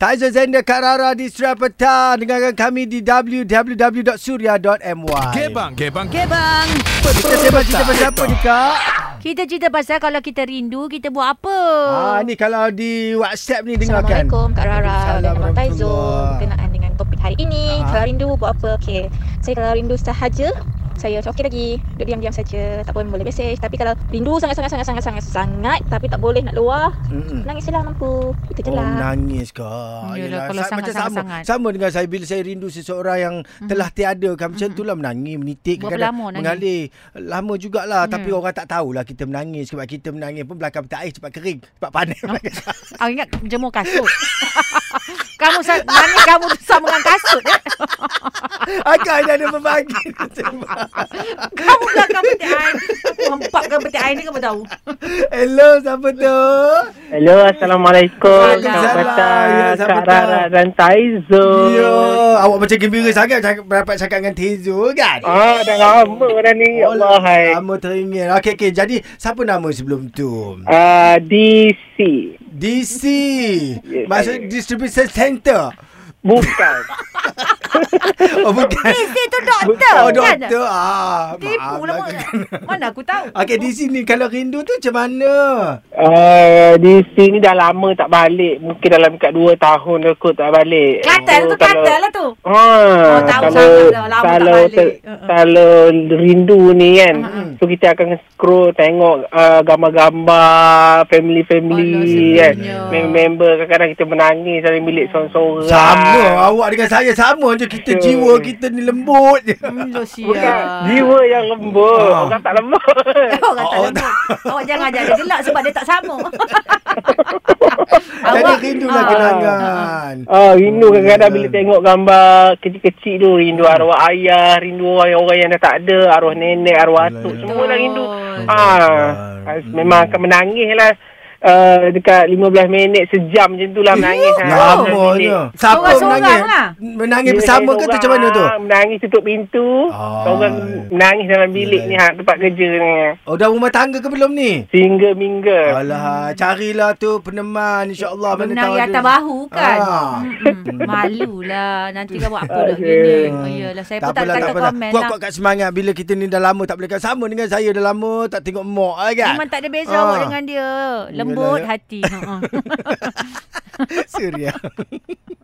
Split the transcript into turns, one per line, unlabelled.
Taizo Zender Kak Rara di Surat Petang. Dengarkan kami di www.surya.my.
Gebang, gebang.
Okay bang
Kita sembang cerita pasal apa ni Kak?
Kita cerita pasal kalau kita rindu Kita buat apa
Ah ni kalau di WhatsApp ni dengarkan.
Assalamualaikum Kak Rara
Waalaikumsalam
dan Abang Taizo
warahmatullahi.
Berkenaan dengan topik hari ini
Aha.
Kalau rindu buat apa Okey Saya kalau rindu sahaja saya macam okey lagi Duduk diam-diam saja Tak pun boleh message Tapi kalau rindu sangat-sangat-sangat-sangat-sangat Tapi tak boleh nak luar
Mm-mm.
Nangis je lah mampu Itu je
Hmm. Oh
lah
nangis kak
Yalah,
Yelah,
kalau
sa- macam sama,
sangat-sangat sangat. Mhm.
sama dengan saya Bila saya rindu seseorang yang mm-hmm. telah tiada kan, Macam mm-hmm. itulah menangis Menitik
Berapa lama nangis?
Mengalir Lama jugalah
Hmm.
Tapi orang tak tahulah kita menangis Sebab kita menangis pun Belakang minta air cepat kering Cepat panas
Ah, ingat jemur kasut Kamu sa- Mana kamu sama dengan kasut eh?
Akak ni ada berbagi
Kamu belakang petik air Hempapkan petik air ni kamu tahu
Hello siapa tu
Hello, Assalamualaikum.
Waalaikumsalam.
Selamat petang.
Ya, selamat
Kak
petang.
Rara dan Taizo.
Yo Ya, Awak macam gembira sangat cakap, Dapat cakap dengan Tezo kan
Ah, dah lama dah ni. Ya Allah, hai.
Lama teringin Okey okey Jadi siapa nama sebelum tu
Ah, DC.
DC
Yes,
Maksud
saya.
Distribution Center
Bukan.
Oh bukan
Isi tu doktor
Oh
kan?
doktor ah, maaf
Tipu lah
lah.
mak. Mana aku tahu
Okey di sini kalau rindu tu macam mana?
Lah. Ah, DC ni dah lama tak balik. Mungkin dalam kat 2 tahun dah kot tak balik. Oh,
Katal tu katal lah tu Oh,
Ah,
tahu
kalau,
sangat dah. Lama tak
kalau,
balik. Uh-uh.
kalau rindu ni kan
Uh-uh.
So kita akan scroll Tengok uh, gambar-gambar
Oh,
Family-family
Alah,
kan
sedihnya.
Member kadang-kadang kita menangis Dari
Hmm.
milik seorang-seorang Ya.
Sama awak dengan saya sama je kita
Betul.
jiwa kita ni lembut je.
Hmm, lo sia.
Bukan Kan? jiwa yang lembut
Ah.
Orang tak lembut
Orang tak
Oh,
lembut. lah Awak jangan ajak dia gelak sebab dia tak sama.
Jadi rindulah
ah,
kenangan.
Ah, rindu
Oh,
kadang-kadang
ya.
bila tengok gambar kecil-kecil tu Rindu arwah ayah Rindu orang-orang yang dah tak ada Arwah nenek, arwah
Alah,
atuk
ya.
Semua dah rindu
Betul.
Ah,
Ah,
ah, memang akan menangis lah uh, dekat 15 minit sejam macam tu lah menangis.
Yuh,
Ah,
Lama je. Siapa
Seorang-seorang
menangis?
lah.
Ya, Menangis
Bila
bersama
saya
ke tu
seorang,
macam mana tu?
ah, Menangis tutup pintu.
Ah. ya,
Seorang menangis dalam bilik
Yelah.
ni ha, tempat kerja ni.
Oh dah rumah tangga ke belum ni?
Sehingga-mingga.
Alah, carilah tu peneman insya-Allah mana
Benar
tahu
yang
ada.
atas bahu kan?
Ah.
Mm-mm. Malulah nanti kau buat apa dah gini. Oh, Iyalah saya pun
Hmm.
tak
apalah,
kata
apalah.
komen lah.
Kuat-kuat kat semangat bila kita ni dah lama tak boleh kat sama dengan saya dah lama tak tengok mak lah kan.
Memang tak ada beza
Ah.
awak dengan dia. Lembut
Yalah.
hati. Ha, ha.
Suria.